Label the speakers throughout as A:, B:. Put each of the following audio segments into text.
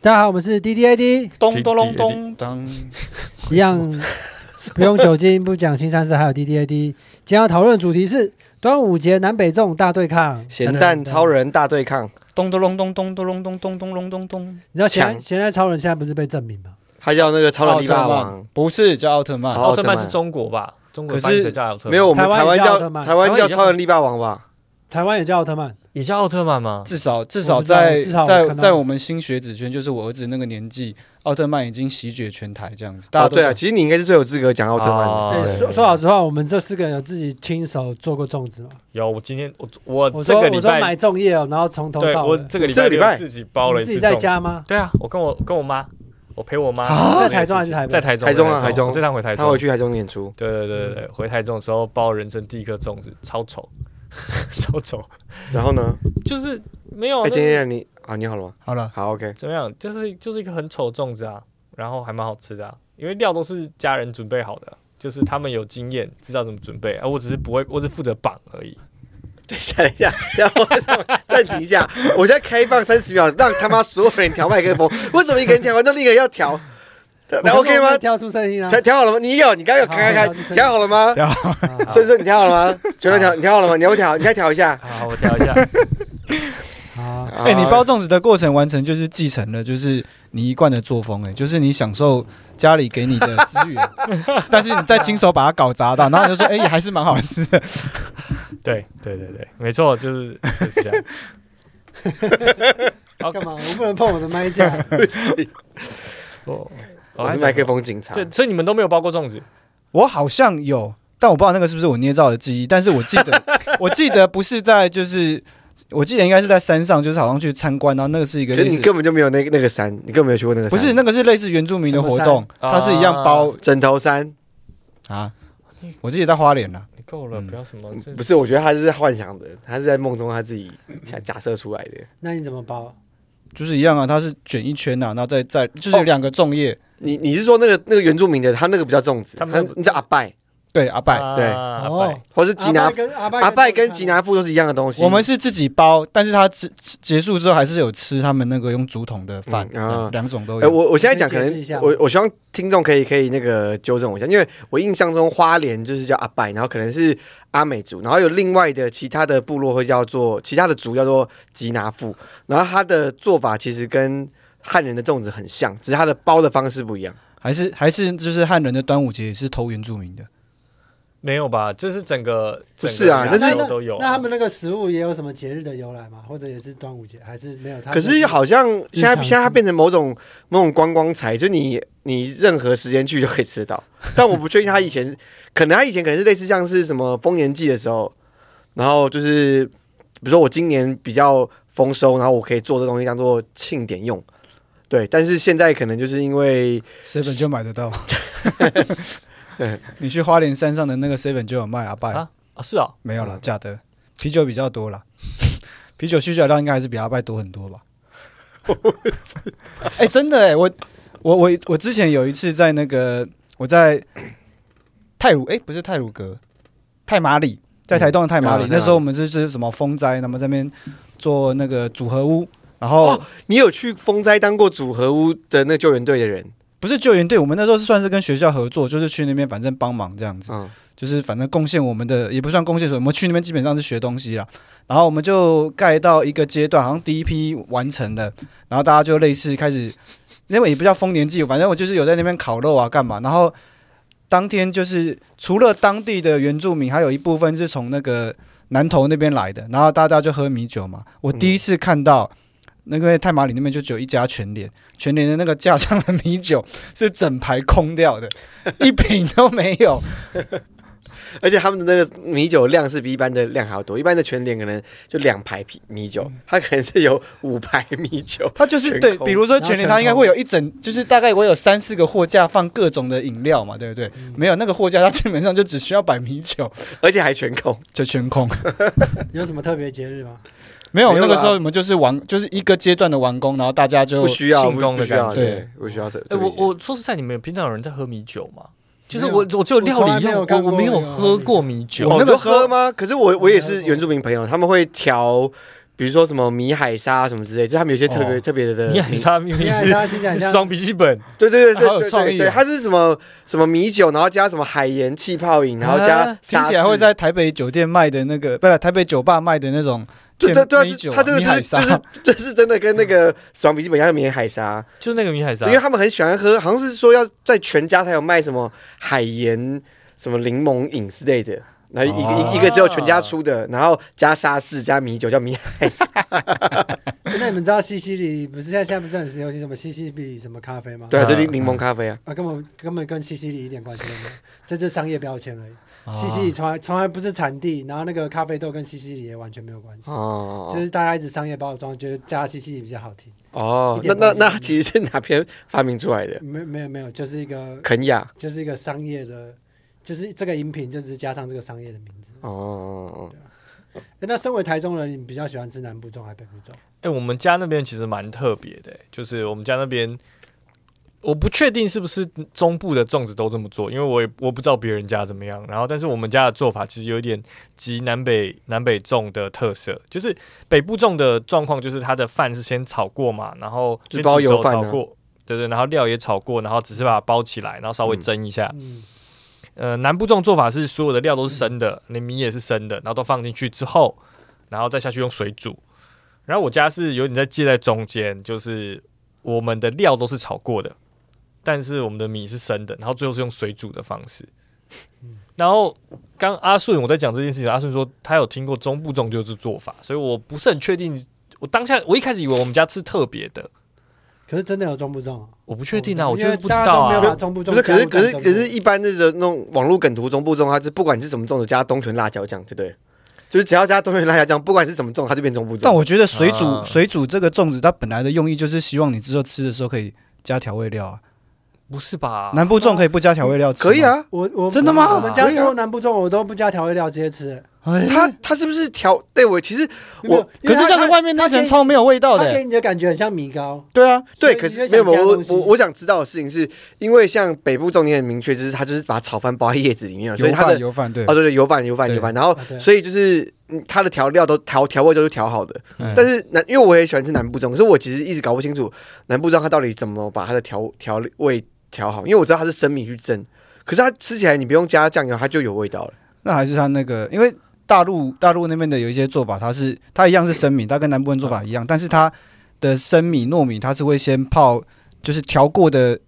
A: 大家好，我们是 D D A D，
B: 咚咚隆咚当，
A: 一样不用酒精，不讲新三事，还有 D D A D。今天要讨论的主题是端午节南北粽大对抗，
C: 咸蛋超。人大对抗，
B: 咚咚隆咚咚咚隆咚咚咚隆咚咚。
A: 你知道咸蛋
C: 抢
A: 咸蛋超人现在不是被证明吗？
C: 他叫那个超人
B: 奥
C: 力
B: 特
A: 哦
B: 曼
C: 霸王，
B: 不是叫奥特曼，
C: 哦
D: 奥特曼
C: 奥特曼
D: 是中国吧？中国
C: 可是
D: 翻译成叫奥特曼，
C: 没有我们
A: 台
C: 台
A: 湾也
C: 湾
A: 叫奥特
C: 叫
A: 曼
D: 台
C: 台湾
D: 湾也
C: 叫
D: 叫
C: 超人力霸王吧？
A: 台湾也叫奥特曼，
D: 也叫奥特曼吗？
B: 至少至少
A: 我不知道
B: 在
A: 至少我
B: 在
A: 看到
B: 在我们新学子圈，就是我儿子那个年纪，奥特曼已经席卷全台这样子。大
C: 哦，
B: 家都
C: 对
B: 知道
C: 啊，其实你应该是最有资格讲奥特曼
D: 哦
A: 哎
C: 对
A: 说说老实话，我们这四个人有自己亲手做过粽子吗？
D: 有，我今天我我
A: 我
D: 这
A: 说
D: 个
A: 我
D: 礼
A: 说
D: 拜
A: 买，粽叶哦，然后从头
D: 对
A: 到
D: 我
A: 尾。
D: 这个礼
C: 这
D: 拜
C: 个礼拜
D: 六自己包了一
A: 你自
D: 次
A: 己在
D: 粽子。
A: 家吗？
D: 对啊，我跟我跟我妈，我陪我妈
A: 啊
D: 做这
A: 在台中还
D: 件
A: 是
D: 事情
A: 台北
D: 在台中，
C: 台中啊
D: 在
C: 台中
D: 我这趟回台
C: 的。
D: 中
C: 他，回去台嗯中演出，
D: 对对对对对，回台中的时候包人生第一颗粽子，超 丑，超丑，
C: 然后呢？
D: 就是没有
A: 哦
C: 哎，
D: 那
C: 等一下你啊，你好了吗？
B: 好了，
C: 好，OK。
D: 怎么样，就是就是一个很丑的粽子啊，然后还蛮好吃的、啊，因为料都是家人准备好的，啊就是他们有经验，知道怎么准备，啊而、我只是不会，我只负责绑而已。
C: 等一下，等一下，然后暂停一下，我现在开放三十秒，让他妈所有人调麦克风。为什么一个人调完，那另一个人要调？那 OK 吗？
A: 挑出声音啊
C: 调！调好了吗？你有，你刚刚有
A: 好
C: 开开
A: 好
C: 开，调好了吗？
A: 好
C: 所以说你调好了吗？觉得调你调好了吗？你要不调，你再调一下。
D: 好，啊我调一 下。
A: 好，
C: 哎
B: 哎，你包粽子的过程完成就是继承了就是你一贯的作风，哎，就是你享受家里给你的资 源，但是你再亲手把它搞砸到，然后你就说，哎，也还是蛮好吃的。
D: 对对对对，没错，就是就是这 样。
A: 干嘛？我不能碰我的麦架。
D: 哦，
C: 我是麦克风警察。
D: 对，所以你们都没有包过粽子，
B: 我好像有，但我不知道那个是不是我捏造的记忆。但是我记得， 我记得不是在，就是我记得应该是在山上，就是好像去参观，然后那个是一个
C: 可是
B: 类
C: 你
B: 似，
C: 根本就没有那个那个山，你根本没有去过那个
B: 不
C: 山。
B: 是那个是类似原住民的活动，
D: 什么山
B: 它是一样包
C: 枕头山，
B: 啊。我自己在花莲了，
D: 你够了，
B: 嗯
D: 不要什么。这
C: 不是？我觉得他是在幻想的，他是在梦中他自己假假设出来的。
A: 那你怎么包？
B: 就是一样啊，它是卷一圈啊，然后再再就是有两个粽叶，
C: 你你是说那个那个原住民的，他那个比较粽子，
D: 他
C: 他
D: 们
C: 你叫阿拜，
B: 对阿拜，
D: 啊
C: 对
D: 阿
A: 哦
D: 拜
C: 或是吉拿
A: 跟阿拜
C: 阿拜跟吉拿富都是一样的东西。
B: 我们是自己包，但是它结结结束之后还是有吃他们那个用竹筒的饭，
C: 嗯啊
B: 嗯两种都
C: 哎、
B: 有。
C: 我我现在讲
A: 你
C: 可
A: 可以解释一下
C: 能
A: 吗
C: 我我希望听众可以可以那个纠正我一下，因为我印象中花莲就是叫阿拜，然后可能是阿美族，然后有另外的其他的部落会叫做其他的族叫做吉拿富，然后他的做法其实跟汉人的粽子很像，只是他的包的方式不一样。
B: 还是还是就是汉人的端午节也是偷原住民的，
D: 没有吧？这是整个
C: 不是啊
D: 整个
C: 那
D: 亚
C: 是
D: 洲都有啊。
A: 那他们那个食物也有什么节日的由来吗？或者也是端午节，还是没有？它
C: 可是好像现在
A: 日常
C: 现在它变成某种某种观光财，就你你任何时间去就可以吃得到。但我不确定他以前，可能他以前可能是类似像是什么丰年祭的时候，然后就是比如说我今年比较丰收，然后我可以做这东西当做庆典用。对，但是现在可能就是因为
B: seven 就买得到。
C: 对，
B: 你去花莲山上的那个 seven 就有卖阿拜，
D: 啊啊是啊，
B: 没有了，假的。啤酒比较多啦， 啤酒需求量应该还是比阿拜多很多 吧？哎、真的哎、我我我我之前有一次在那个我在泰鲁哎、不是泰鲁阁，泰马里，在台东的泰马里，
C: 嗯啊
B: 那时候我们就是什么风灾，那么在那边做那个组合屋，然后、
C: 哦你有去风灾当过组合屋的那救援队的人，
B: 不是救援队，我们那时候是算是跟学校合作，就是去那边反正帮忙这样子。
C: 嗯，
B: 就是反正贡献我们的也不算贡献什么，我们去那边基本上是学东西啦。然后我们就盖到一个阶段，好像第一批完成了，然后大家就类似开始，因为也不叫丰年祭，反正我就是有在那边烤肉啊，干嘛。然后当天就是除了当地的原住民，还有一部分是从那个南投那边来的，然后大家就喝米酒嘛。我第一次看到。那个太马里那边就只有一家全联，全联的那个架上的米酒是整排空掉的，一瓶都没有。
C: 而且他们的那个米酒量是比一般的量还要多，一般的全脸可能就两排啤米酒，它可能是有五排米酒。
B: 它就是
C: 全
B: 对，
C: 空
B: 比如说
A: 然后
B: 全
A: 全
B: 年，它应该
A: 空
B: 会有一整，就是大概我有三四个货架放各种的饮料嘛，对不对？
C: 嗯
B: 没有那个货架，它基本上就只需要摆米 酒，
C: 而且还全空。
B: 就全空。
A: 有什么特别节日吗？
B: 没有
C: 没有
B: 那个时
C: 啦
B: 候我们就是完，就是一个阶段的完工，然后大家就
C: 不需要
D: 庆功
C: 不
D: 的
C: 不需要，
D: 感
B: 觉
C: 对，不需要的。
D: 哎、
C: 对
D: 我我说实在，你们有平常有人在喝米酒吗？就是
A: 没有
D: 我，我只有料
A: 我从来
D: 理
A: 没
D: 用，
A: 有
D: 我
A: 看过
D: 我没有
A: 那个
D: 喝过米酒。
B: 那
C: 我那
B: 个
C: 个
B: 时候
C: 喝吗？可是我我也是原住民朋友，他们会调，比比如说什么米海沙什么之类，就他们有些特别、
B: 哦
C: 特别的
D: 米海沙明
A: 你
D: 明
A: 看
D: 是
A: 他听起来很像
D: 双笔记本，
C: 对对对
B: 好有
C: 对对
B: 创意
C: 对
B: 哦
C: 对，它是什么什么米酒，然后加什么海盐气泡饮，然后
D: 啊
C: 加
B: 听
C: 沙
B: 起来
C: 士
B: 会在台北酒店卖的那个，不是台北酒吧卖的那种
C: 对
B: 店
C: 对对啊，
B: 米
C: 就
B: 酒啊，
C: 它这个
B: 米
C: 就是
B: 海沙
C: 就是这是真的跟那个爽笔记本一样的米海沙，
D: 就是那个米海沙
C: 因，为他们很喜欢喝，好像是说要在全家才有卖什么海盐什么柠檬饮之类的。然后一个
B: 哦
C: 一一个只有全家出的，然后加沙士加米酒叫米海沙，
A: 那你们知道西西里不是现在现在不是很流行什么西西里什么咖啡吗？
C: 对啊，
B: 嗯
C: 这是柠檬咖 啡啊。
A: 啊，根本根本跟西西里一点关系都没有，这是商业标签而已。
B: 啊
A: 西西里从来从来不是产地，然后那个咖啡豆跟西西里也完全没有关系，
C: 哦
A: 就是大家一直商业包装，觉得加西西里比较好听。
C: 哦
A: 一，
C: 那
A: 点关系
C: 那
A: 都没有
C: 那其实是哪边发明出来的？
A: 没没有没有，就是一个
C: 肯亚
A: 就是一个商业的，就是这个饮品就只是加上这个商业的名字。
C: 哦哦，哦
A: 诶那身为台中人，你比较喜欢吃南部粽还是北部粽？
D: 哎、我们家那边其实蛮特别的、欸就是我们家那边，我不确定是不是中部的粽子都这么做，因为我也我不知道别人家怎么样。然后，但是我们家的做法其实有一点集南北南北粽的特色，就是北部粽的状况就是它的饭是先炒过嘛，然后
C: 就
D: 先
C: 包
D: 煮熟
C: 油饭啊
D: 炒过，对对，然后料也炒过，然后只是把它包起来，然后稍微蒸一下，
B: 啊
A: 嗯，
D: 呃，南部这种做法是所有的料都是生的，连米也是生的，然后都放进去之后，然后再下去用水煮。然后我家是有点在介在中间，就是我们的料都是炒过的，但是我们的米是生的，然后最后是用水煮的方式。
A: 嗯
D: 然后刚阿顺我在讲这件事情，阿顺说他有听过中部粽就是做法，所以我不是很确定。我当下我一开始以为我们家吃特别的，
A: 可是真的有中部粽哦？
D: 我不确定啊，
A: 因
D: 我
A: 为
D: 就是不知
A: 大家
D: 道
A: 都没有把
D: 啊。
A: 中部粽
C: 不是，可是
A: 加
C: 可
A: 入
C: 是
A: 到
C: 可
A: 中部
C: 是，一般的那种网络梗图中部粽，它就不管是什么粽子加东泉辣椒酱，对不对？就是只要加东泉辣椒酱，不管是什么粽，它就变中部粽。
B: 但我觉得水煮、
D: 啊
B: 水煮这个粽子，它本来的用意就是希望你之后吃的时候可以加调味料啊。
D: 不是吧？
B: 南部粽可以不加调味料吃吗
C: 啊可以，啊，
A: 我我
B: 真的吗
A: 我们家
C: 可以啊
A: 做南部粽，我都不加调味料直接吃。
B: 哎
C: 它它是不是调？对我其实我
A: 因为
B: 可是
A: 它
B: 像是外面那层超没有味道
A: 它
B: 的、
A: 它给你的感觉很像米糕，
B: 对啊，
A: 所
C: 对，
A: 以
C: 可
A: 你
C: 是
A: 就
C: 没有
A: 想
C: 没有
A: 加
C: 我
A: 东西
C: 我我想知道的事情是，因为像北部粽，你很明确，就是它就是把炒饭包在叶子里面，所以
B: 油
C: 它
B: 饭
C: 的
B: 油饭对
C: 哦，对对油饭油饭
B: 对
C: 油饭，然后
A: 啊对
C: 所以就是嗯它的调料都调调味都是调好的。
B: 嗯
C: 但是南因为我也喜欢吃南部粽，可是我其实一直搞不清楚南部粽它到底怎么把它的调调味调好，因为我知道它是生米去蒸，可是它吃起来你不用加酱油，它就有味道了。
B: 那还是他那个，因为大陆大陆那边的有一些做法，它是它一样是生米，它跟南部人做法一样，但是它的生米糯米它是会先泡，就是调过的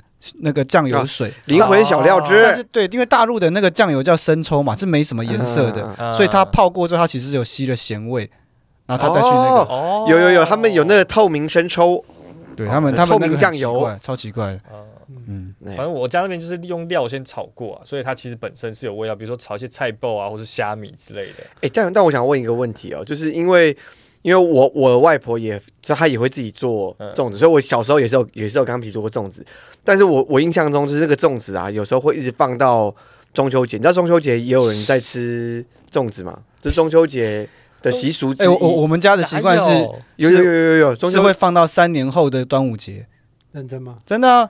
B: 那个酱油水。
C: 灵魂小料汁，
B: 哦但是对，因为大陆的那个酱油叫生抽嘛，是没什么颜色的，
C: 嗯。
D: 呃
B: 所以它泡过之后，它其实有吸了咸味，然后它再去那个，
D: 哦
C: 哦有有有，他们有那个透明生抽，
B: 对他们
C: 哦
B: 他们
C: 透
B: 那个很
C: 明酱
B: 奇
C: 油
B: 怪超奇怪的，
D: 哦
B: 嗯，
C: 哎
D: 反正我家那边就是利用料先炒过啊，所以它其实本身是有味道，比如说炒一些菜爆啊，或是虾米之类的。
C: 哎、但但我想问一个问题哦，就是因为因为我我外婆也她也会自己做
D: 嗯
C: 粽子，所以我小时候也是有也是有跟她皮做过粽子，但是我我印象中就是那个粽子啊，有时候会一直放到中秋节，你知道中秋节也有人在吃粽子嘛？这中秋节的习俗之
B: 哎、
C: 一，
B: 我我我们家的习惯
D: 哪
B: 是
D: 有
C: 有有有有有中
B: 是
C: 秋
B: 会放到三年后的端午节，
A: 认真吗？
B: 真的、啊。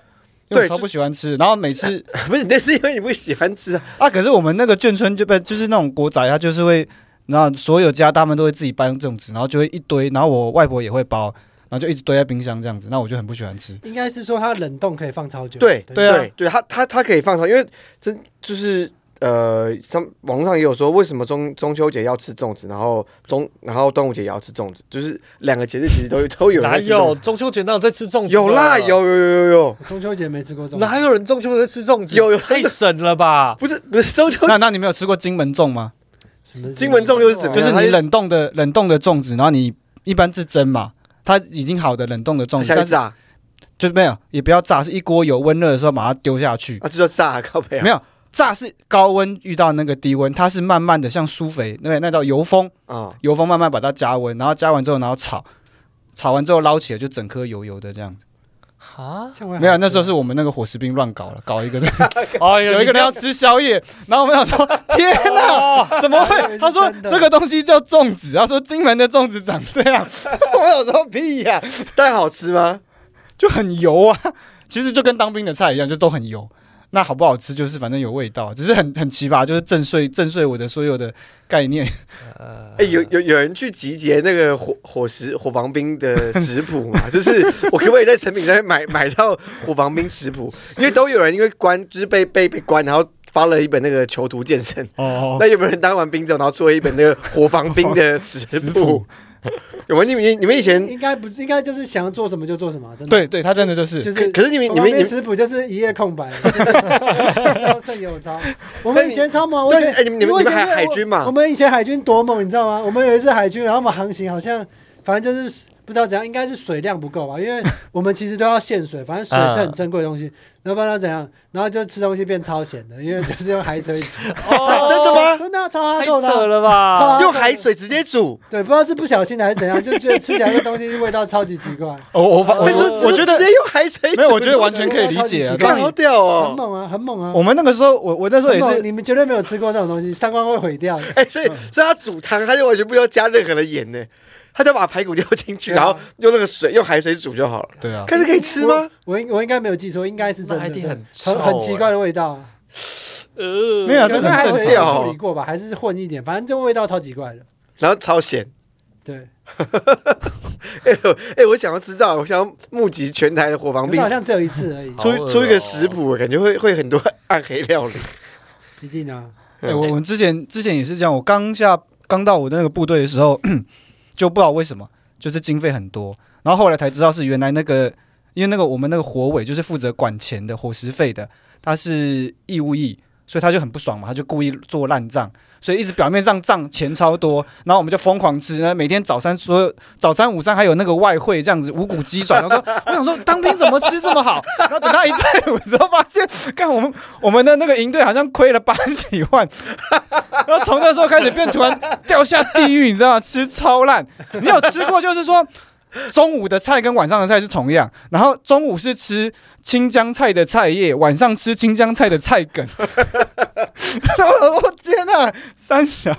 B: 因为我
C: 对
B: 超
C: 就
B: 不喜欢吃，然后每次
C: 不是那是因为你不喜欢吃啊，
B: 啊，可是我们那个眷村就不就是那种国宅，它就是会，然后所有家他们都会自己搬粽子，然后就会一堆，然后我外婆也会包，然后就一直堆在冰箱这样子，那我就很不喜欢吃。
A: 应该是说它冷冻可以放超久。
C: 对
A: 不
B: 对啊
C: 对对，它它它可以放上，因为这就是。呃，像网络上也有说，为什么中中秋节要吃粽子，然后中然后端午节也要吃粽子，就是两个节日其实都都有 人
D: 哪
C: 在吃粽
D: 有
C: 子
D: 中秋节哪有在吃粽子？啊
C: 有啦，有，有有有有，
A: 中秋节没吃过粽子，
D: 哪有人中秋节在吃粽子？
C: 有有
D: 太神了吧！
C: 不是不是中秋
B: 那那你没有吃过金门粽吗？
A: 什么
C: 金门粽又是怎么样
B: 就是
C: 它
B: 你
C: 是
B: 冷冻的冷冻的粽子，然后你一般是蒸嘛，它已经好的冷冻的粽子，
C: 下去
B: 但是
C: 炸
B: 就是没有也不要炸，是一锅油温热的时候把它丢下去，
C: 啊，就叫炸靠背啊
B: 没有炸是高温遇到那个低温，它是慢慢的像苏肥那那道油封，
C: 啊，
B: 油封慢慢把它加温，然后加完之后然后炒，炒完之后捞起来就整颗油油的这样子。
D: 啊，
A: 这样会好吃吗
B: 没有，那时候是我们那个伙食兵乱搞了，搞一个
D: 哎呦，
B: 有一个人要吃宵夜，然后我们想说 天哪。
D: 哦，
B: 怎么
A: 还以为
B: 会？
A: 是
B: 他说
A: 真的
B: 这个东西叫粽子，他说金门的粽子长这样， 我有时候屁呀、
C: 但好吃吗？
B: 就很油啊，其实就跟当兵的菜一样，就都很油。那好不好吃就是反正有味道，只是很很奇葩，就是震碎震碎我的所有的概念。
D: 呃，
C: 哎、有有有人去集结那个伙伙食伙房兵的 食谱嘛？就是我可不可以在成品上面买买到伙房兵食谱？因为都有人因为关就是被被被关，然后发了一本那个囚徒健身。
B: 哦
C: 那有没有人当完兵之后，然后做一本那个伙房兵的食
B: 食
C: 谱
B: 谱？
C: 有没有？你们你们以前
A: 应该不是，应该就是想要做什么就做什么啊，真的。
B: 对对，它真的就是
A: 就
C: 可
A: 是
C: 可是你们
A: 我
C: 你
A: 们
C: 们
A: 那
C: 你们
A: 食谱就是一页空 白，就是招胜有招。我们以前超猛，啊我以
C: 对，
A: 前
C: 哎、你们你们
A: 我以
C: 你
A: 前
C: 们海
A: 我
C: 海军
A: 我
C: 嘛？
A: 们以前海军多猛，你知道吗？我们有一次海军，然后我们航行好像，反正就是不知道怎样，应该是水量不够吧，因为我们其实都要限水，反正水
C: 啊
A: 是很珍贵的东西。然后不知道怎样，然后就吃东西变超咸的，因为就是用海水 煮。
D: 哦
C: 真的吗
A: 真的啊超哈
D: 太
A: 够的
D: 扯
A: 啊。
D: 了
A: 超
D: 吧！
A: 好
C: 用海水直接煮，
A: 对，不知道是不小心的还是怎样，就觉得吃起来这东西味道超级奇怪，
B: 哦我我
D: 我
C: 但是
B: 我我觉得
C: 哎直接用海水煮，
B: 没有，我觉得完全可以理解 啊。
A: 我觉得
B: 但
C: 干好屌
A: 很
C: 哦！
A: 猛啊，很猛啊。
B: 我们那个时候，我我那时候也
A: 很
B: 是
A: 猛你们绝对没有吃过那种东西，三观会毁掉的。
C: 哎、所以所以他煮汤，他就完全不要加任何的盐呢，他就把排骨丢进去，
A: 对啊
C: 然后用那个水用海水煮就好了。
B: 对啊，
C: 但是可以吃吗？
A: 我应我应该没有记错，应该是真
D: 那
A: 的，
D: 一定
A: 对
D: 很臭欸
A: 很很奇怪的味道啊。
D: 呃，
B: 没有啊这
A: 可
B: 个
A: 能还
B: 很
A: 有
B: 正
C: 常
A: 处理过吧，还是混一点，反正这味道超级怪的。
C: 然后超咸。
A: 对，
C: 哎、呦，哎、我想要知道，我想要募集全台的伙房
A: 可
C: 兵
A: 是，好像只有一次而已，
D: 好
C: 出
D: 饿哦
C: 出一个食谱，感觉会会很多暗黑料理。
A: 一定啊。
B: 哎、我我们之前之前也是这样，我刚下刚到我的那个部队的时候， 就不知道为什么，就是经费很多，然后后来才知道是原来那个，因为那个我们那个火委就是负责管钱的伙食费的，他是义务役，所以他就很不爽嘛，他就故意做烂账。所以一直表面上账钱超多，然后我们就疯狂吃，那每天早餐所有早餐、午餐还有那个外汇这样子五谷鸡转。然后说，我想说当兵怎么吃这么好？然后等到一队伍之后发现，看我们我们的那个营队好像亏了八十几万，然后从那时候开始变突然掉下地狱，你知道吗？吃超烂。你有吃过？就是说中午的菜跟晚上的菜是同样，然后中午是吃青江菜的菜叶，晚上吃青江菜的菜梗。 然后我说天哪、三小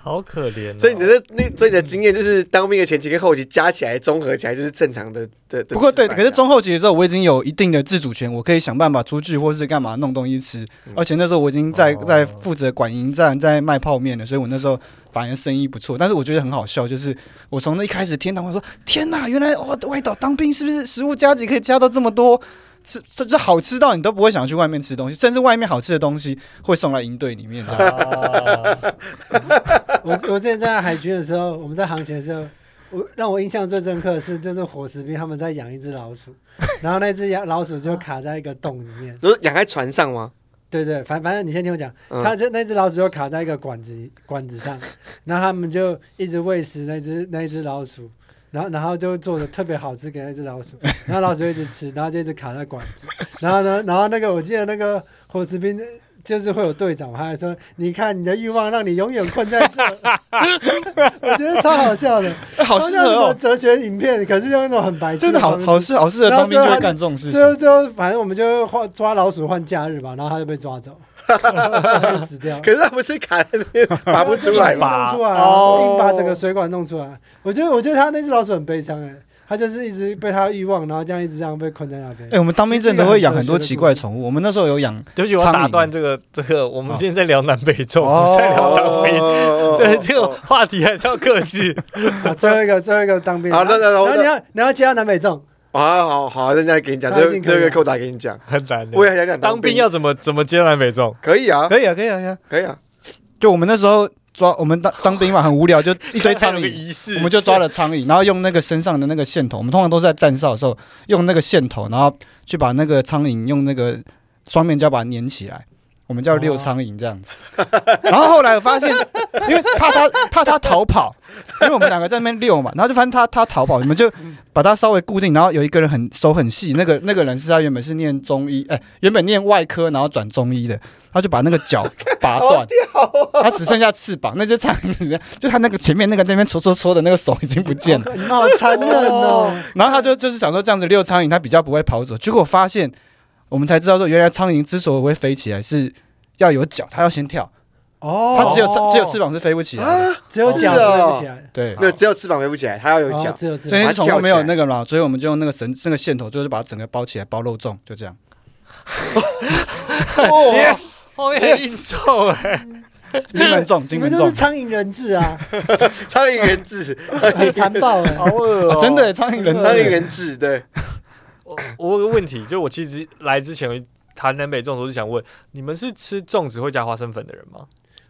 D: 好可怜哦。
C: 所以你的那，所以你的经验就是当兵的前期跟后期加起来，综合起来就是正常的的。的
B: 不过对，
C: 吃法
B: 可是中后期的时候，我已经有一定的自主权，我可以想办法出去或是干嘛弄东西吃。
A: 嗯
B: 而且那时候我已经在
D: 哦
B: 在负责管营站，在卖泡面了，所以我那时候反而生意不错。但是我觉得很好笑，就是我从那一开始天堂，我说天哪，原来我外岛当兵是不是食物加急可以加到这么多？吃 这这好吃到你都不会想去外面吃东西，甚至外面好吃的东西会送来营队里面，你 知道吗？
D: 啊
A: 我我之前在海军的时候，我们在航行的时候，我让我印象最深刻的是，就是伙食兵他们在养一只老鼠，然后那只养老鼠就卡在一个洞里面。
C: 你说养在船上吗？
A: 对对，反反正你先听我讲，
C: 嗯
A: 它这那只老鼠就卡在一个管子管子 上，然后他们就一直喂食那只那一只老鼠，然后然后就做的特别好吃给那只老 鼠，然后老鼠一直吃，然后就一直卡在管子，然后呢，然后那个我记得那个伙食兵就是会有队长嘛，他还说你看你的欲望让你永远困在这 儿，我觉得超好笑的，
B: 哎好适合
A: 好像什么
B: 哦，
A: 哲学影片，可是用一种很白痴
B: 真的好
A: 方式
B: 好适好适合
A: 然后
B: 当兵
A: 最
B: 就
A: 后
B: 会
A: 他
B: 干这种事情
A: 最。后最后，反正我们就换抓老鼠换假日吧，然后他就被抓走，他就死掉了。
C: 可是他不是卡在那边拔不出来
A: 硬
C: 吗？
A: 拔出来啊，
D: 哦
A: 硬把整个水管弄出来。我觉得，我觉得他那只老鼠很悲伤哎、他就是一直被他欲望，然后这样一直这样被困在那边
B: 哎、。我们当兵真的都会养很多奇怪的宠物。我们那时候有养，
D: 对不起，我
B: 苍蝇
D: 打断这个这个，我们
B: 哦
D: 今天在聊南北中，
B: 哦
D: 不是在聊当兵。
C: 哦
D: 对，这个话题还是要克制。
A: 啊，最后一个，最后一个当兵。
C: 好那那
A: 然后
C: 那
A: 你要你要接到南北粽，
C: 好好好，那再给你讲，
A: 那一
C: 这
A: 定
C: 个
A: 可以啊
C: 这个扣打给你讲。
D: 很难的。
C: 我也想讲
D: 当
C: 兵
D: 兵要怎么怎么接南北中？
C: 可以啊，
B: 可以啊，可以啊，可以啊。
C: 可以啊，
B: 就我们那时候抓，我们当当兵嘛，很无聊，就 一堆
D: 还
B: 苍
D: 有个
B: 蝇，
D: 仪式，
B: 我们就抓了苍蝇，然后用那个身上的那个线头，我们通常都是在站哨的时候用那个线头，然后去把那个苍蝇用那个双面胶把它粘起来，我们叫
A: 哦
B: 六苍蝇这样子。然后后来我发现， 因为怕它怕它逃跑，因为我们两个在那边遛嘛，然后就发现它它逃跑，我们就把它稍微固定，然后有一个人很手很细，那个那个人是他原本是念中医，哎、原本念外科然后转中医的，他就把那个脚 拔断，
A: 啊
B: 他只剩下翅膀，那只苍蝇就他那个前面那个那边戳戳戳的那个手已经不见了。
A: 你们好残忍哦！
B: 然后他就就是想说这样子遛苍蝇，他比较不会跑走。结果发现，我们才知道说，原来苍蝇之所以会飞起来，是要有脚，它要先跳，
A: 哦啊
B: 它只有、
D: 哦
B: 只有翅膀是飞不起来的。
A: 只有脚
C: 是哦
A: 飞不起来，
B: 对，
C: 没有，只有翅膀飞不起来，它要有
A: 哦
C: 脚。
A: 只有只
B: 所
A: 有
B: 以
C: 它
B: 宠物没
C: 跳
B: 有
C: 起来
B: 那个嘛，所以我们就用那个绳那个线头，就是把它整个包起来，包肉粽，就这样。
C: 哦，
D: 后面很硬凑哎、
B: 金门粽，
A: 你
B: 金
A: 们
B: 门
A: 都
B: 粽
A: 是，苍蝇人质啊，
C: 苍蝇人 质，
A: 很残暴 哎、
D: 好恶、
B: 啊真的。苍蝇人
C: 苍
B: 质，
C: 蝇人质，对，
D: 我哦我有个问题，就我其实来之前谈南北粽的时候就想问，你们是吃粽子会加花生粉的人吗？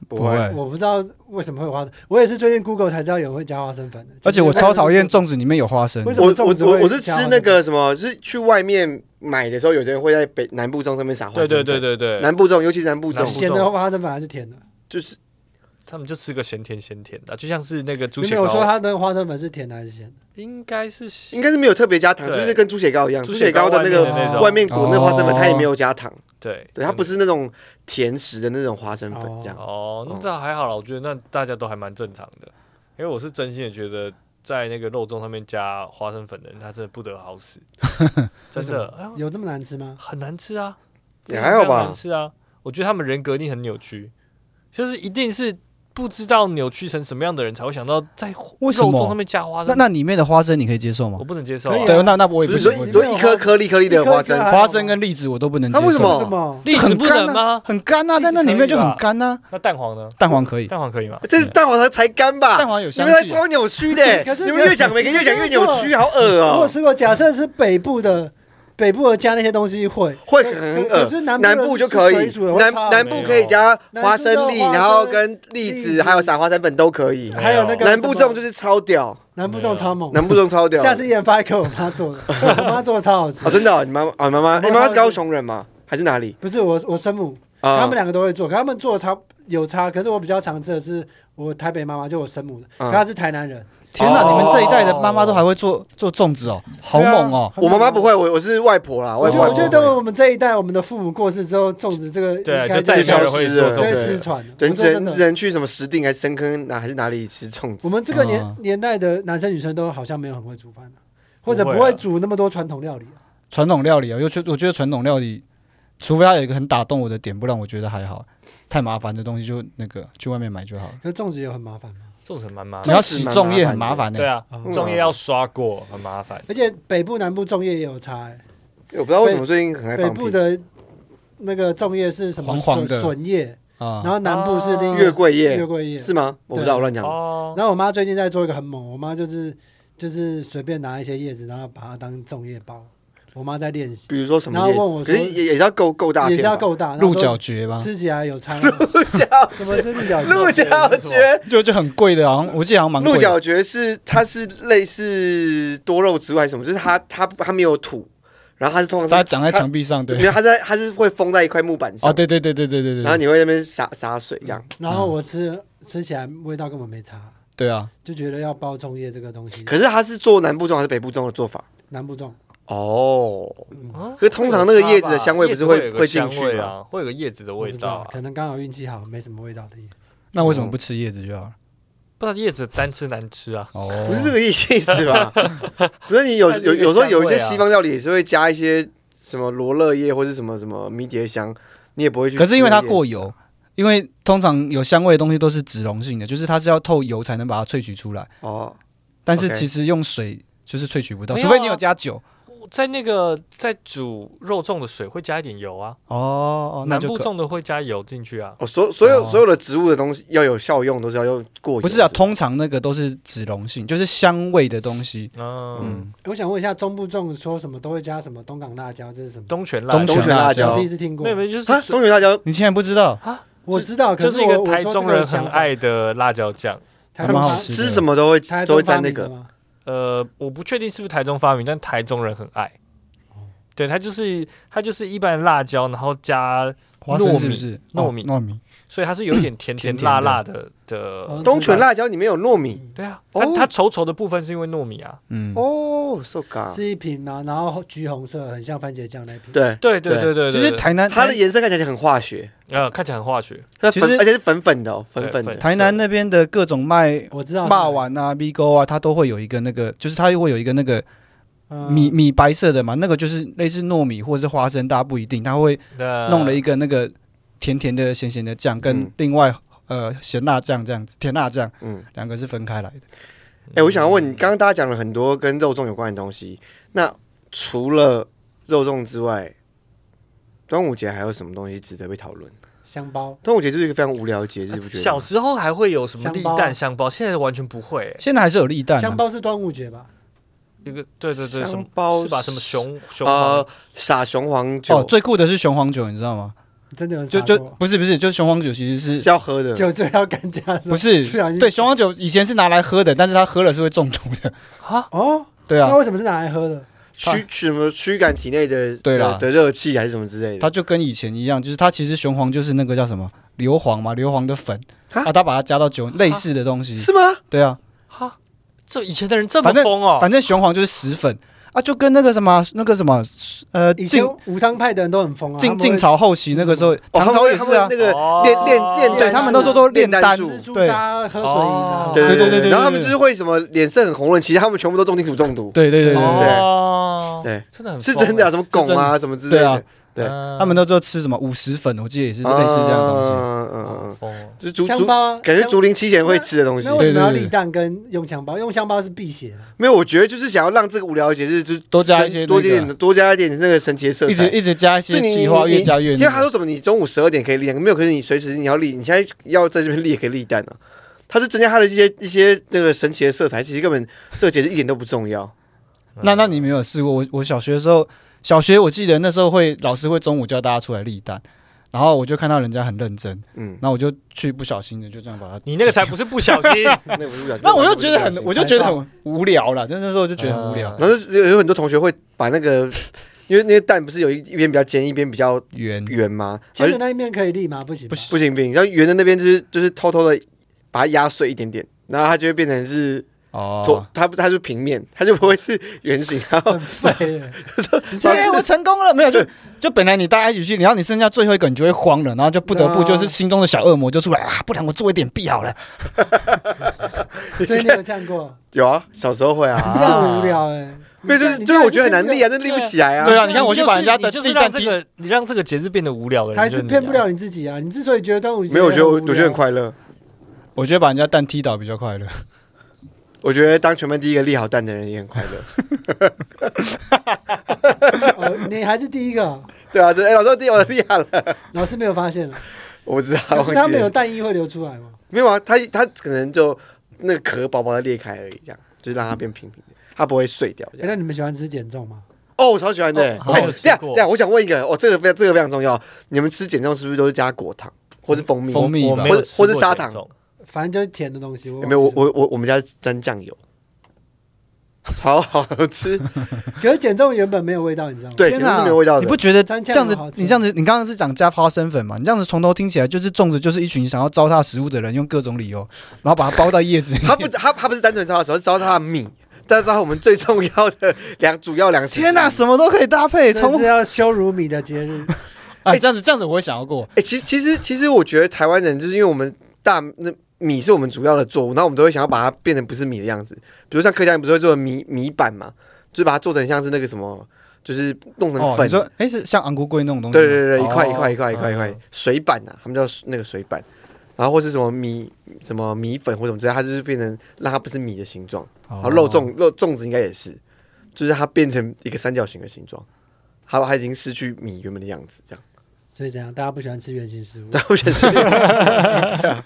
C: 不
B: 不会
C: 会，
A: 我不知道为什么会有花生，我也是最近 Google 才知道有人会加花生粉的。
B: 而且我超讨厌
A: 就是
B: 粽子里面有花生
A: 为，什么
C: 我
A: 粽
C: 我
A: 子
C: 我
A: 会
C: 我是
A: 加
C: 吃那个什么，是去外面买的时候，有的人会在北南部粽上面撒花
D: 对
C: 生
D: 对
C: 粉，
D: 对对对，
C: 南部粽，尤其是南部
D: 南
A: 那个
D: 部
C: 粽，
A: 咸的花生粉还是甜的？
C: 就是
D: 他们就吃个咸甜咸甜的，就像是那个猪
A: 没
D: 血
A: 有我说
D: 糕，
A: 它的花生粉是甜的还是咸的？
D: 应该是
C: 应该是没有特别加糖，就
D: 对
C: 是跟猪血糕一样，
D: 猪
C: 猪
D: 血
C: 血
D: 糕
C: 糕的那个
A: 外面的那种
C: 外面裹那花生粉，它也没有加糖，
D: 对
C: 对，它不是那种甜食的那种花生粉
A: 哦
C: 这样。
D: 哦，那倒还好啦，我觉得那大家都还蛮正常的，因为我是真心的觉得在那个肉粽上面加花生粉的人，他真的不得好 死，真的、哎呦
A: 有这么难吃吗？
D: 很难吃啊，
C: 也还好
D: 非常难
C: 吧，
D: 吃啊，我觉得他们人格一定很扭曲，就是一定是不知道扭曲成什么样的人才会想到在肉
B: 为什么
D: 粽上面加花
B: 那
D: 生粉，
B: 那里面的花生你可以接受吗
D: 我？不能接受、
A: 可以啊
D: 啊。
B: 对，那那我也
C: 不
B: 不
C: 是说
B: 行，
A: 不
B: 我
A: 是
B: 也不
C: 都一颗颗粒颗粒的花
A: 一颗颗
C: 生，
A: 啊
B: 花生跟栗子我都不能接
C: 啊为什
B: 受
C: 么，
A: 为什么？
D: 栗子不能吗？
B: 很干啊，在那里面就很干啊。
D: 那蛋黄呢？
B: 蛋黄可以，
D: 蛋黄可以吗？
A: 啊
C: 这是蛋黄才干吧？
B: 蛋黄有
C: 你
B: 香
C: 们在
B: 气啊，
C: 超扭曲的欸
A: 可是，
C: 你们越讲每个越讲越扭曲，好恶
A: 我有
C: 哦，
A: 吃过，假设是北部的，北部的加那些东西会，
C: 会很
A: 可
C: 恶
A: 是。南部的
C: 南部就可
A: 是水
C: 以
A: 煮的，会
C: 南
A: 超恶
C: 南部可以加花生粒，
A: 南部的花生
C: 然后跟栗
A: 栗
C: 子
A: 子嗯
C: 还有撒花生粉都可以。
A: 还有那个
C: 南部粽就是是超屌，
A: 南部粽超猛，
C: 南部粽超屌。
A: 下次研发给我妈做 的，我妈做的超好吃
C: 哦，。真的哦，你妈妈哦，你妈妈，你妈妈是高雄人吗？还是哪里？
A: 不是我，我生母，
C: 啊
A: 他们两个都会做，可他们做的差有差，可是我比较常吃的是我台北妈妈，就我生母的，
C: 嗯
A: 可她是台南人，
B: 天哪，
C: 哦
B: 你们这一代的妈妈都还会做做粽子哦，好猛哦！
A: 对啊
C: 我妈妈不。会，我我是外婆啦，
A: 我
C: 外
A: 觉
C: 外
A: 得，
C: 婆
A: 我觉得等我们这一代，我们的父母过世之后，种植这个
D: 对啊，
A: 应该
D: 就再也
A: 是
D: 没有人会做
A: 就
D: 粽
A: 会
C: 对
D: 子。
A: 失传。
C: 人
A: 我说真
C: 人
A: 的，
C: 人去什么石定还是深坑哪还是哪里吃粽
A: 我
C: 子？
A: 们这个
B: 嗯
A: 年年代的男生女生都好像没有很会煮饭啊或者
D: 不会
A: 不
D: 啊
A: 会煮那么多传统料理啊。
B: 传统料理啊，尤其我觉得传统料理，除非它有一个很打动我的点，不然我觉得还好。太麻烦的东西就那个去外面买就好了。
A: 可是粽子也很麻烦嘛，
D: 粽子蛮麻
B: 你
D: 烦，
B: 要洗粽叶很麻
C: 嗯
B: 烦
D: 对
B: 的，
D: 啊，
A: 啊
D: 粽叶要刷过，很麻烦。
A: 而且北部南部粽叶也有差欸。
C: 我不知道为什么最近很爱
A: 北
C: 放
A: 部
C: 屁。
A: 的那个粽叶是什么
B: 黄黄
A: 笋
B: 的
A: 笋叶，
B: 啊
A: 然，后南部是另一个
C: 月啊桂叶
A: 月桂叶
C: 是吗？我不知道，我乱讲。
D: 哦，
A: 然后我妈最近在做一个很猛，我妈就是就是随便拿一些叶子，然后把它当粽叶包。我妈在练习，
C: 比如说什么叶
A: 然后问
C: 子？
A: 我
C: 可
A: 说
C: 是也也是要够够大
A: 也
C: 片
A: 是
C: 吧
A: 要，够大，然后
B: 鹿
A: 说
B: 角蕨吧，
A: 吃起来有差吗。
C: 叫
A: 什么是鹿角蕨？
C: 鹿角蕨。
B: 就就很贵的，好像我记得好像蛮贵
C: 鹿
B: 的。
C: 角蕨是它是类似多肉植物还是什么？就是它它它没有土，然后它是通常是
B: 它长在墙壁上，
C: 没
B: 对。
C: 有它在它是会封在一块木板
B: 哦，
C: 上，
B: 对对对对对对嗯
C: 然后
B: 对，
C: 你会在那边洒洒水这样。
A: 然后我吃吃起来味道根本没差，
B: 对啊，
A: 就觉得要包粽叶这个东西
C: 可是它是做南部粽还是北部粽的做法？
A: 南部粽。
C: 哦，
D: 嗯
C: 可是通常那个叶子的香味不是会
D: 叶子有个
C: 会进去
D: 香味啊，会有个叶子的
A: 我
D: 味
A: 不知
D: 道
A: 道
D: 啊。
A: 可能刚好运气好，没什么味道的叶。
B: 那为什么不吃叶子就好了？
D: 不知道叶子单吃难吃啊，
B: 哦，
C: 不是这个意 思吧？不是你有
D: 它是一个
C: 有有时候有一些
D: 香味啊
C: 西方料理也是会加一些什么罗勒叶或是什么什么迷迭香，你也不会去。
B: 可是因为它过，油，因为通常有香味的东西都是脂溶性的，就是它是要透油才能把它萃取出来，
C: 哦，
B: 但是
C: OK
B: 其实用水就是萃取不到，
D: 没有
B: 除
D: 啊
B: 非你有加酒。
D: 在那个在煮肉粽的水会加一点油啊，
B: 哦哦，那
D: 南
B: 就
D: 部
B: 可
D: 粽的会加油进去啊。
C: 哦，所所有
B: 哦
C: 所有的植物的东西要有效用，哦都是要用过油。
B: 不是啊，
C: 通
B: 通常那个都是脂溶性，就是香味的东西。
D: 嗯
B: 嗯，，
A: 我想问一下，中部粽说什么都会加什么东港辣椒，这是什么？
D: 东泉辣
B: 东
C: 东
B: 泉
C: 泉
B: 嗯辣
C: 辣
A: 我
C: 椒
A: 第一次听过
D: 没，有没有就是
C: 啊，东泉辣椒，
B: 你竟然不知道？
A: 我知道，可
D: 就是是一个
A: 我
D: 台中人很，爱的辣椒酱。
A: 我
B: 还
A: 说这个想法台中
B: 蛮好
C: 他们
A: 发
B: 吃的
C: 吃什么都会
A: 台中
C: 都会沾
A: 发
C: 那
A: 明的
C: 个。
A: 吗
D: 呃，我不确定是不是台中发明，但台中人很爱。对，它就是它就是一般的辣椒，然后加，
B: 花生是不是？
D: 糯米
B: 哦糯米，
D: 所以它是有一点甜
B: 甜甜
D: 辣辣的的
A: 哦。
C: 东泉辣椒里面有糯米
D: 对啊，
C: 哦
D: 但它稠稠的部分是因为糯米啊。
B: 嗯，
C: 哦，so god，
A: 是一瓶嘛，然后橘红色，很像番茄酱那一瓶。
C: 对，
D: 对对对对，
C: 对
B: 其实
D: 对
B: 台南
C: 它的颜色看起来很化学，
D: 呃看起来很化学，
C: 它
B: 其
C: 粉
B: 实
C: 而且是粉粉的，哦，粉
D: 对
C: 粉
D: 粉
C: 的。
B: 台南那边的各种卖
A: 我知道
B: 骂丸啊、B 勾啊，它都会有一个那个，就是它会有一个那个米
A: 米
B: 米白色的嘛，那个就是类似糯米或者是花生，大家不一定，它会
D: 那
B: 弄了一个那个甜甜的、咸咸的酱，跟
C: 嗯
B: 另外呃咸辣酱这样子，甜辣酱
C: 嗯，
B: 两个是分开来的。
C: 哎、我想要问你，刚刚大家讲了很多跟肉粽有关的东西，那除了肉粽之外，端午节还有什么东西值得被讨论？
A: 香包，
C: 端午节就是一个非常无聊的节日，不觉得
D: 小
C: 吗？
D: 时候还会有什么
A: 香
D: 立
A: 包啊
D: 蛋香包，现在完全不会、欸。
B: 现在还是有立蛋、
A: 香
B: 啊，
A: 包是端午节吧？
D: 一个对对对，
C: 香
D: 什么
C: 包
D: 是吧？什么熊熊
C: 呃
D: 猫，
C: 撒雄黄
B: 哦，
C: 酒
B: 最酷的是雄黄酒，你知道吗？
A: 真的有人
B: 就
A: 撒
B: 就
A: 过
B: 不是不是，就是雄黄酒其实
C: 是啊
B: 是
C: 要喝的，
A: 酒醉要干架的时候，
B: 不是
A: 不小心
B: 对雄黄酒以前是拿来喝的，但是他喝了是会中毒 的，
D: 啊？
A: 哦，
B: 对啊
A: 那，为什么是拿来喝的？
C: 驱驱什么驱赶体内的
B: 对啦
C: 的的热气还是什么之类
B: 它
C: 的。
B: 就跟以前一样，就是它其实雄黄就是那个叫什么硫磺嘛，硫磺的粉
C: 啊
B: 啊，它把它加到酒类似的东西，
C: 是吗？
B: 对啊，
D: 哈，这以前的人这么
B: 反正
D: 疯哦、
B: 反正雄黄就是食粉啊，就跟那个什么那个什么呃
A: 以前
B: 晋
A: 武当派的人都很疯啊，
B: 晋
A: 他
B: 晋
A: 们
B: 朝后期那个时候，
C: 哦，
B: 唐
C: 他
B: 朝
C: 们
B: 也
C: 他
B: 是
C: 们
B: 啊
C: 那，个
D: 哦
C: 练练练
A: 对
C: 丹术，
A: 他们那时候
B: 都练丹
C: 丹
B: 术
A: 会吃
B: 术
A: 朱砂喝水银啊
D: 哦，
C: 对对
B: 对对对对
C: 然后他们就是会什么脸色很红润，其实他们全部都重金属中毒，
B: 对对对对对，
D: 哦，
C: 对，
D: 真的很
C: 是
D: 疯
C: 真的啊，
D: 欸
C: 什么汞啊什么之类
B: 对啊
C: 的，对
D: 嗯
B: 他们那时候吃什么五十粉，我记得也是类似这样的东西。
C: 嗯嗯嗯
D: 好
C: 嗯，
D: 疯哦
C: 就是竹
A: 香
C: 竹，
A: 包啊，
C: 感觉
A: 香
C: 竹林七贤会吃的东西
A: 那。为什么要
B: 对对对
A: 立蛋跟用香包？用香包是辟邪的，
C: 没有，我觉得就是想要让这个无聊的节日就是
B: 多加一些那个
C: 多加一点多加一点那个神奇的色
B: 一直
C: 彩。
B: 一直加一些
C: 对你
B: 计划，
C: 你
B: 越加越
C: 因为他
B: 那
C: 说
B: 个。
C: 什么你中午十二点可以立蛋，没有，可是你随时你要立，你现在要在这边立也可以立蛋啊。他就增加他的一些一些那个神奇的色彩，其实根本这个节日一点都不重要。
B: 那那
D: 嗯
B: 你没有试过？我我小学的时候，小学我记得那时候会老师会中午叫大家出来立蛋，然后我就看到人家很认真，
C: 嗯，
B: 那我就去不小心的就这样把它。
D: 你那个才不是不 小心，
B: 啊
C: 那个不是
B: 那我就觉得很，我就觉得
A: 还
B: 很无聊了。那那时候我就觉得很无聊
D: 嗯。
C: 然后就有有很多同学会把那个，因为那个蛋不是有一一边比较尖，一边比较
B: 圆
C: 圆吗？
A: 接着
C: 然后就
A: 那一面可以立吗？不行吧，
B: 不行
C: 不行不行，然后圆的那边就是就是偷偷的把它压碎一点点，然后它就会变成是左
B: 哦，，
C: 它不它是平面，它就不会是圆形。然后
A: 很废 耶。
B: 对，哎我成功了，没有就就本来你大家一起去，然后你剩下最后一个，你就会慌了，然后就不得不就是心中的小恶魔就出来啊，不然我做一点弊好了。
A: 所以你有这样 过？
C: 有啊，小时候会啊，
D: 啊
A: 这样很无聊哎、
C: 没有就是就是我觉得很难立啊，真的立不起来啊。
B: 对啊，你看我去
D: 就是
B: 把人家的
D: 你就是
B: 地
D: 让
B: 蛋
D: 这
B: 踢
D: 个你让这个节日变得无聊的人，
A: 还是
D: 就是你啊
A: 骗不了你自己啊！你之所以觉得端午节哦
C: 没有，我觉得我
A: 很无聊
C: 我觉得 很，快乐。
B: 我觉得把人家蛋踢倒比较快乐。
C: 我觉得当全班第一个立好蛋的人也很快乐。
A: 哦你还是第一个哦，
C: 对啊，这哎，老师第我立 好了，
A: 老师没有发 现了，
C: 我知道，
A: 可是他
C: 忘记
A: 们有
C: 了。
A: 蛋液会流出来吗？
C: 没有啊，它它可能就那个壳薄薄的裂开而已，这样就是让它变平平的，它不会碎掉。这
A: 哎、
C: 样
A: 那你们喜欢吃减重吗？
C: 哦，我超喜欢的。哎
D: 哦，
C: 这
D: 我有
C: 样
D: 吃
C: 这样
D: 过，
C: 等一下我想问一个，哦，这个非这个非常重要。你们吃减重是不是都是加果糖或是蜂蜜？
B: 蜂蜜
D: 我
B: 吧
D: 没有
C: 或
D: 吃
C: 或是
D: 过
C: 砂
D: 这
C: 糖
D: 种
A: 反正就是甜的东西。我
C: 有没有？我
A: 忘记了
C: 我我我们家是沾酱油，超好吃。
A: 可是减重原本没有味道，你知道吗？
C: 对，
B: 天
C: 简
B: 哪
C: 直是没有味道
B: 你不
C: 的。
B: 觉得
A: 蘸酱
B: 这样子
A: 很好？吃
B: 你这样子，你刚刚是讲加花生粉嘛？你这样子从头听起来就是种着就是一群想要糟蹋食物的人，用各种理由，然后把它包到叶子 里。
C: 它不它它不是单纯烧的时候，是烧它的米，但是它我们最重要的两主要粮食。
B: 天哪，
C: 哎、
B: 什么都可以搭配，
A: 这
B: 从
A: 是要羞辱你的节日，
B: 啊这样子这样子我会想要过。
C: 哎其实其实其实我觉得台湾人就是因为我们大那米是我们主要的作物，然后我们都会想要把它变成不是米的样子。比如像客家人不是会做米米板嘛，就是把它做成像是那个什么，就是弄成
B: 哦，
C: 粉。
B: 你说哎是像昂咕龟那种东西吗？
C: 对对对对，一块
B: 哦
C: 一块一块一块一块
D: 嗯
C: 水板啊，他们叫那个水板，然后或是什么米什么米粉或什么之类，它就是变成让它不是米的形状。
B: 哦
C: 然后肉粽肉粽子应该也是，就是它变成一个三角形的形状，它它已经失去米原本的样子，这样。
A: 所以怎样？大家不喜欢吃圆形食物，
C: 但我想说， 对啊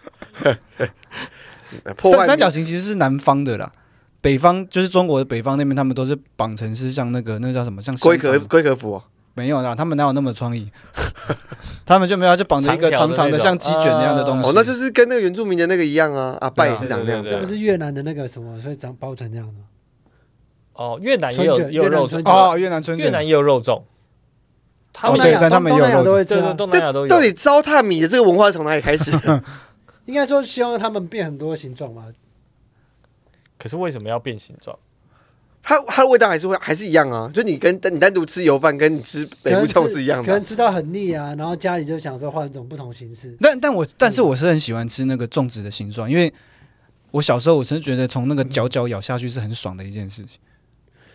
C: 对破
B: 三
C: 坏
B: 三角
C: 形
B: 形其实是南方的啦，北方就是中国的北方那边，他们都是绑成是像那个那叫什么像
C: 龟
B: 香
C: 壳
B: 肠
C: 龟壳服哦，
B: 没有啦，他们哪有那么创意？ 他们就没有就绑着一个
D: 长条
B: 长长的
D: 的那种
B: 像鸡卷那样的东西。
C: 哦，那就是跟那个原住民的那个一样啊，阿拜也是长那样
D: 对
A: 这
D: 啊
A: 不
C: 子。
A: 是越南的那个什么，所以长包成那样的吗？
D: 哦，越南也有
A: 春卷
D: 也有
A: 越南
D: 肉
A: 春
D: 粽
A: 卷
B: 哦，越南春卷
D: 越南也有肉粽，他
B: 哦
A: 东
D: 们
A: 南
B: 对
A: 亚
B: 但他们
A: 东
B: 有
A: 东南亚
B: 肉
A: 都会吃
D: 对对
A: 啊。
D: 东南亚都有。
C: 到底糟蹋米的这个文化是从哪里开始？
A: 应该说希望他们变很多形状嘛，
D: 可是为什么要变形状？
C: 它它的味道还是会还是一样啊，就你跟你单独吃油饭，跟你吃北部
A: 可
C: 粽
A: 能
C: 是
A: 吃
C: 一样
A: 可能
C: 的。
A: 吃到很腻啊，然后家里就想说换一种不同形式。
B: 但但我但是我是很喜欢吃那个粽子的形状，因为我小时候我真的觉得从那个角角咬下去是很爽的一件事情。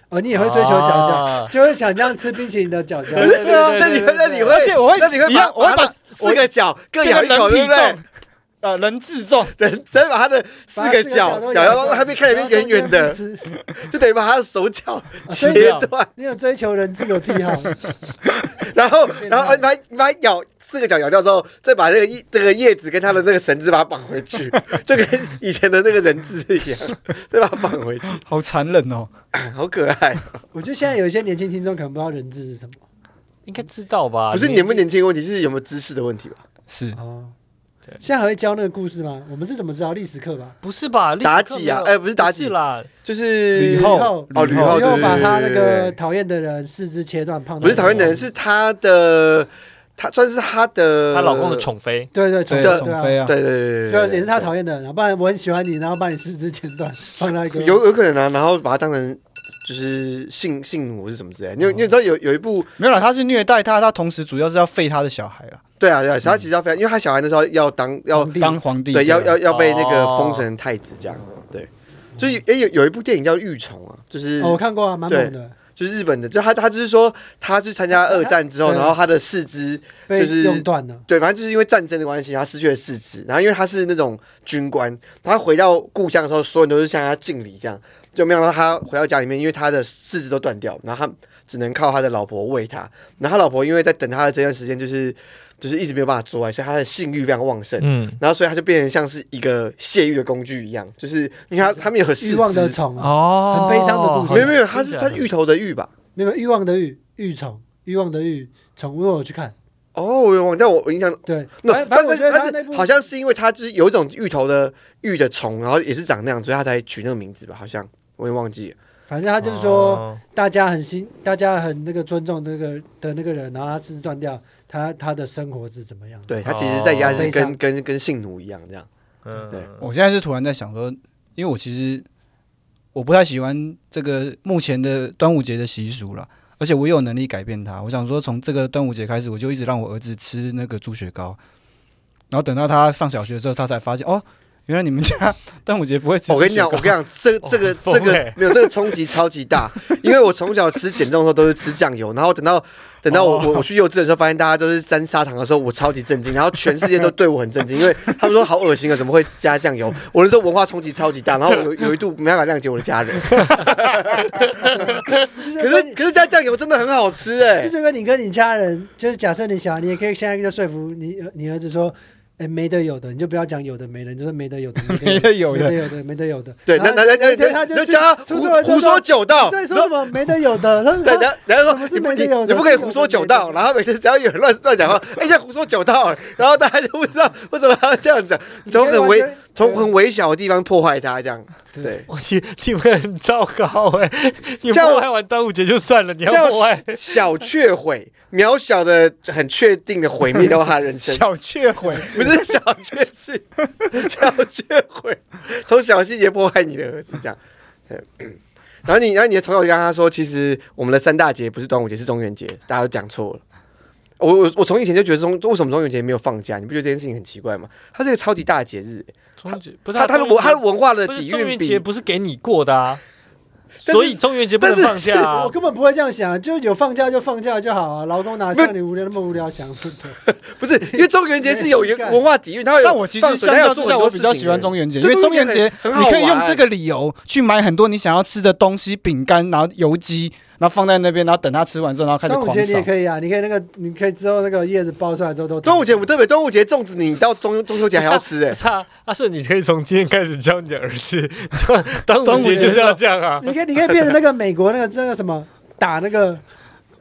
A: 哦，你也会追求角角，
D: 啊
A: 就会想这样吃冰淇淋的角角
D: 对。对对
C: 啊，
D: 对
C: 那你
D: 对
C: 会
D: 对
C: 那你
D: 对
C: 会，
B: 而且我会
C: 那你会
B: 一样
C: 把
B: 我会把
C: 它四个角各咬一口，对不对啊
B: 粽？， 呃，人质粽，
C: 对，直接把他的 四个角咬
A: 然
C: 到
A: 后
C: 它边看起来变圆 圆 的， 就等于把他的手脚
A: 所以
C: 切断。
A: 你有追求人质的癖好，
C: 然 后然后把把咬四个角咬掉之后，再把那个叶这个叶子跟它的那个绳子把它绑回去， 就跟以前的那个人质一样， 再把它绑回去，哎
B: 好残忍哦！
C: 好可爱。
A: 我觉得现在有一些年轻听众可能不知道人质是什么
D: 应该知道吧？
C: 不是年不年轻的问题，是有没有知识的问题吧？
B: 是
A: 哦
D: 对。
A: 现在还会教那个故事吗？我们是怎么知道历史课吧？
D: 不是吧？
C: 妲己啊
D: 历史课没有
C: 哎不是妲己
D: 不啦，
C: 就是
B: 吕后
C: 哦吕后
A: 吕后把
C: 对对对
A: 他那个
C: 对
A: 讨厌的人四肢切断，胖到
C: 不是讨厌的人，
A: 一个
C: 是她的，她算是她的
D: 她老公的宠妃，
A: 对对宠
B: 对
A: 对
B: 宠
A: 啊
B: 妃啊，
C: 对，对对对
A: 对啊，
C: 对，
A: 也是他讨厌的人啊，不然我很喜欢你，然后把你四肢剪断， 放到一个
C: 有有可能啊，然后把它当成就是性性奴是什么之类
A: 哦
C: 的。你有你有知道有有一部
B: 没有啦，他是虐待他，他同时主要是要废他的小孩啦，
C: 对啊对啊，他其实要非常，因为他小孩那时候要当要
A: 皇帝
B: 当皇帝
C: 对要要要被那个
D: 哦
C: 封成太子这样。对，所以也有有一部电影叫《玉虫》啊，就是
A: 哦，我看过啊，蛮猛的，
C: 就是日本的，就他他就是说他去参加二战之后，
A: 对
C: 然后他的四肢
A: 被
C: 就是
A: 用断了。
C: 对，反正就是因为战争的关系，他失去了四肢。然后因为他是那种军官，他回到故乡的时候，所有人都是向他敬礼，这样就没想到他回到家里面，因为他的四肢都断掉，然后他只能靠他的老婆喂他。然后他老婆因为在等他的这段时间，就是就是一直没有办法做爱，所以他的性欲非常旺盛。
D: 嗯，
C: 然后所以他就变成像是一个泄欲的工具一样，就是因为他他们有四
A: 欲望的
C: 肢，
A: 虫啊，
D: 哦
A: 很悲伤的故事
C: 没有没有，他是他是芋头的芋吧？
A: 没有欲望的欲，欲虫，欲望的欲，宠物我有去看，
C: 哦，我有忘，但我我印象
A: 对，
C: 那
A: 反反正我
C: 但
A: 觉得
C: 是
A: 他
C: 但
A: 那部
C: 是好像是因为它就是有一种芋头的芋的虫，然后也是长那样，所以它才取那个名字吧？好像我也忘记了。
A: 反正他就是说，
D: 哦
A: 大家很欣，大家很那个尊重那个的那个人，然后他四肢断掉，他他的生活是怎么样？
C: 对，它其实在家
A: 哦
C: 是
A: 非
C: 跟、
A: 常
C: 跟跟性奴一样这样。
D: 嗯，
C: 对
B: 我现在是突然在想说，因为我其实我不太喜欢这个目前的端午节的习俗啦，而且我也有能力改变它。我想说，从这个端午节开始，我就一直让我儿子吃那个猪血糕，然后等到他上小学之后，他才发现哦，原来你们家端午节不会吃
C: 我
B: 猪
C: 跟你
B: 血
C: 讲，我
B: 糕
C: 跟你。讲，这
D: 哦
C: 这个
D: 很
C: 这
D: 疯
C: 个
D: 欸
C: 没有这个冲击超 级大，因为我从小吃减重的时候都是吃酱油，然后等到等到
A: 哦
C: 我我我去幼稚园的时候，发现大家都是沾砂糖的时候，我超级震惊，然后全世界都对我很 震惊，因为他们说好恶心啊，怎么会加酱油？我那时候文化冲击超级大，然后我有有一度没办法谅解我的 家人。
A: 可
C: 可是可是加酱油真的很好吃哎、
A: 这就跟你跟你家人，就是假设你小孩，你也可以现在就说服你你儿子说，哎，没得有的，你就不要讲有的没的，你就说没得有的，
B: 没 得有
A: 没得
B: 的，
A: 有的，没得有的。
C: 对，那那那
A: 对
C: 那那
A: 他
C: 那
A: 就
C: 就
A: 去
C: 叫他
A: 出
C: 胡
A: 社会之后
C: 胡说九道，
A: 所以说什么没得有的，他
C: 对，
A: 他
C: 然然后
A: 什么
C: 说
A: 是
C: 你不
A: 没得
C: 你
A: 有的
C: 你不可以
A: 是有
C: 胡
A: 的
C: 说九
A: 没得有
C: 道，然后每次只要有人乱乱讲话，哎，在胡说九道，然后大家就不知道为什么要这样讲，从很微从很微小的地方破坏他这样，对，
D: 我你你们很糟糕哎、你
C: 这样
D: 破坏完端午节就算了，你要
C: 叫
D: 破坏
C: 小确毁，渺小的很确定的毁灭掉他人生。
B: 小雀毁，
C: 不是小确幸，小确毁，从小细节破坏你的儿子这样。 对嗯然后你，然后你从小就跟他说，其实我们的三大节不是端午节，是中元节，大家都讲错了。我我我从以前就觉得中为什么中元节没有放假？你不觉得这件事情很奇怪吗？它是一个超级大的节日，
D: 中元节，不是
C: 它它
D: 他
C: 的文它的文化的
D: 不是
C: 底
D: 中
C: 蕴
D: 元节
C: 比
D: 不是给你过的啊，
C: 但是
D: 所以中元节不能放假 啊
A: 我。根本不会这样想，就有放假就放假就好啊，老公哪像你无聊那么无聊想不对。
C: 不是因为中元节是有一个文化底蕴，它会有
B: 但我其实
C: 放水
B: 相
C: 它有
B: 较
C: 做
B: 之
C: 很
B: 下，
C: 多
B: 我
C: 事
B: 比
C: 情
B: 较喜欢
C: 的
B: 中元节，因
C: 对
B: 为中元节
C: 中元节很
B: 你可以
C: 很好玩
B: 用这个理由去买很多你想要吃的东西，饼干，然后油鸡，然后放在那边，然后等它吃完之后，然后开始
A: 端午节
B: 狂
A: 你也
B: 扫。
A: 可以啊，你可以那个，你可以之后那个叶子剥出来之后都
C: 端午节我们特别，端午节粽子你到中中秋节还要吃哎、
D: 不是啊，阿顺，你可以从今天开始教你的儿子， 端
B: 端
D: 端
B: 午
D: 午
B: 节
D: 节就是要这样啊。
A: 你可以你可以变成那个美国那个那个什么打那个，
B: 我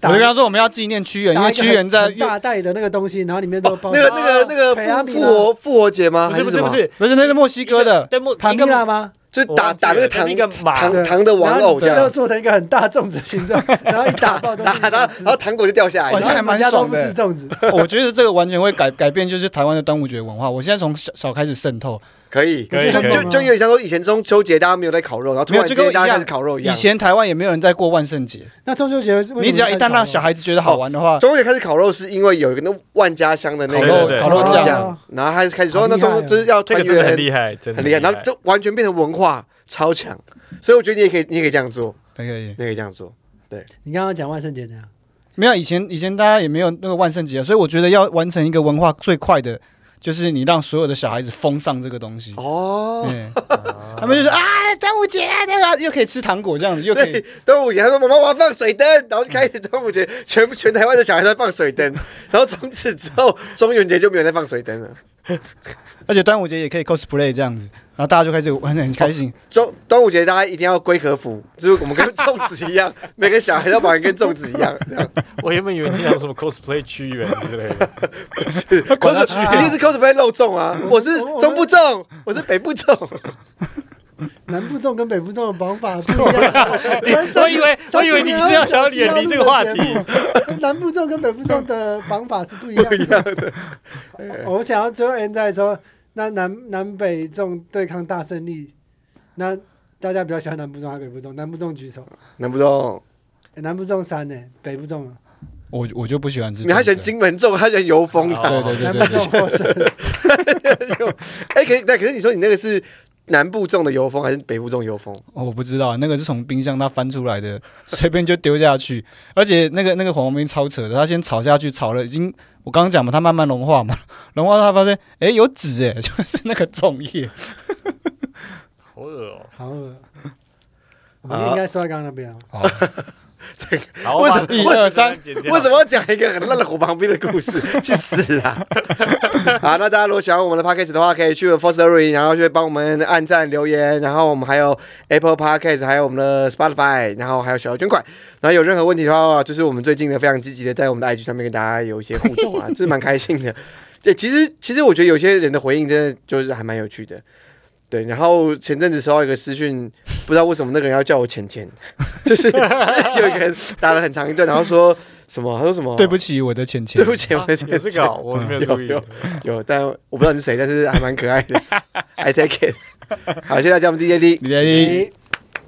A: 打
B: 就跟他说我们要纪念屈原，因
A: 打
B: 为
A: 一个
B: 屈原在
A: 很大袋的那个东西，然后里面都
C: 哦
A: 包
C: 那个那个那
A: 培阿
C: 个
A: 米
C: 复
A: 拉
C: 复活复活节吗？
D: 不
C: 啊还
D: 是不
C: 什
D: 是
C: 么
D: 不是，
B: 不是那是墨西哥的，
D: 对莫
A: 帕
D: 一
A: 米
D: 个
A: 拉吗？
C: 就
D: 我
C: 打
D: 忘记
C: 打那
D: 了
C: 个
D: 但是
C: 糖
D: 一个马
C: 糖
A: 对
C: 糖的玩
A: 然后
C: 偶
A: 你
C: 这
A: 最后
C: 样，
A: 做成一个很大粽子的 形状，然后一打爆都
C: 打
A: 是
C: 打打，然后糖果就掉下来
A: 然
B: 哇这
A: 后
B: 还
A: 你
B: 蛮
A: 们家都
B: 爽
A: 不
B: 的
A: 吃粽子，
B: 我觉得这个完全会改改变就是台湾的端午节文化。我现在从小小开始渗透，
C: 可以，
D: 可以
C: 就
D: 可以嗯
C: 就就有点像说以前中秋节大家没有在烤肉，然后突
B: 没有
C: 然之
B: 就跟我
C: 间
B: 一
C: 大家开始
B: 样
C: 烤哦肉一
B: 以
C: 样。
B: 前台湾也没有人在过万圣节，
A: 那中秋节为什么
B: 你只要一旦让
A: 要
B: 小孩子觉得好玩的话，
C: 中秋节开始烤肉是因为有一个那万家香的那
B: 烤
D: 肉
C: 个
D: 烤
B: 肉
C: 肉
A: 酱
C: 酱，然后他开始说
A: 好
C: 那
A: 厉害
C: 中
A: 哦
C: 就是要
D: 这个
C: 团
D: 真的
C: 圆
D: 很厉害，真的
C: 很厉害，然后就完全变成文化超强，所以我觉得你也可以，你也可以这样做，
B: 可以可以
C: 你也可以这样做。
A: 你刚刚讲万圣节怎样？
B: 没有以前以前大家也没有那个万圣节，啊所以我觉得要完成一个文化最快的，就是你让所有的小孩子封上这个东西。 哎
C: 哦，
B: 对，他们就是啊，哎，端午节啊，那个又可以吃糖果这样子，又可以
C: 对，端午节他说妈妈我要放水灯，然后就开始端午节，全部全台湾的小孩都在放水灯，然后从此之后中元节就没有人在放水灯了。
B: 而且端午节也可以 cosplay 这样子，然后大家就开始玩的很开心。
C: 中端午节大家一定要龟壳服，就是我们跟粽子一样， 每个小孩都玩跟粽子一样，这样
D: 我原本以为你讲什么 cosplay 屈原之类 的，。
C: 是 cos 一定是 cosplay 漏粽啊！我是中部粽，我是北部粽，
A: 南部粽跟北部粽的绑法不一 样
D: 我以为我以为你是要想要远离这个话题。
A: 南部粽跟北部粽的绑法是不一样
C: 不一样
A: 的。
C: 的。
A: 我想要最后 end 在说，那南南北粽对抗大胜利，那大家比较喜欢南部粽还是北部粽？南部粽举手，
C: 南部粽，
A: 诶南部粽三呢，北部粽
B: 我我就不喜欢吃。
C: 你还喜欢？金门粽，还喜欢油封啊？
B: 对对对
A: 南部
B: 对对，
A: 粽获胜。
C: 哎，可是但可是你说你那个是南部粽的油封还是北部粽油封？
B: 哦我不知道那个是从冰箱它翻出来的，随便就丢下去。而且那个那个黄冰超扯的，它先炒下去，炒了已经我刚刚讲嘛，它慢慢融化嘛，融化它发现哎有籽哎， 就是那个粽叶。
D: 好恶哦、
A: 好恶，我们应该说到刚刚那边啊。
B: 哦，
D: 好，
C: 为什
D: 把
C: 么
D: 第
B: 一二三
D: 段剪掉
C: 为什么要讲一个很烂的火旁边的故事？去死啊！ 好，那大家如果喜欢我们的 podcast 的话，可以去 Fostery，然后去帮我们按赞、留言，然后我们还有 Apple Podcast，还有我们的 Spotify，然后还有小额捐款。然后有任何问题的话，就是我们最近呢非常积极的在我们的 IG 上面跟大家有一些互动啊，就是蛮开心的。对，其实其实我觉得有些人的回应真的就是还蛮有趣的。对，然后前阵子收到一个私讯，不知道为什么那个人要叫我浅浅， 就是有一个人打了很长一段，然后说什么？他说什么？
B: 对不啊起，我的浅浅
C: 对。不起，我的浅
D: 有
C: 浅
D: 这个哦、我没有注意
C: 有。有，但我不知道你是谁，但是还蛮可爱的。I take it。好，谢谢大家，我们 DJ D。
B: 你的。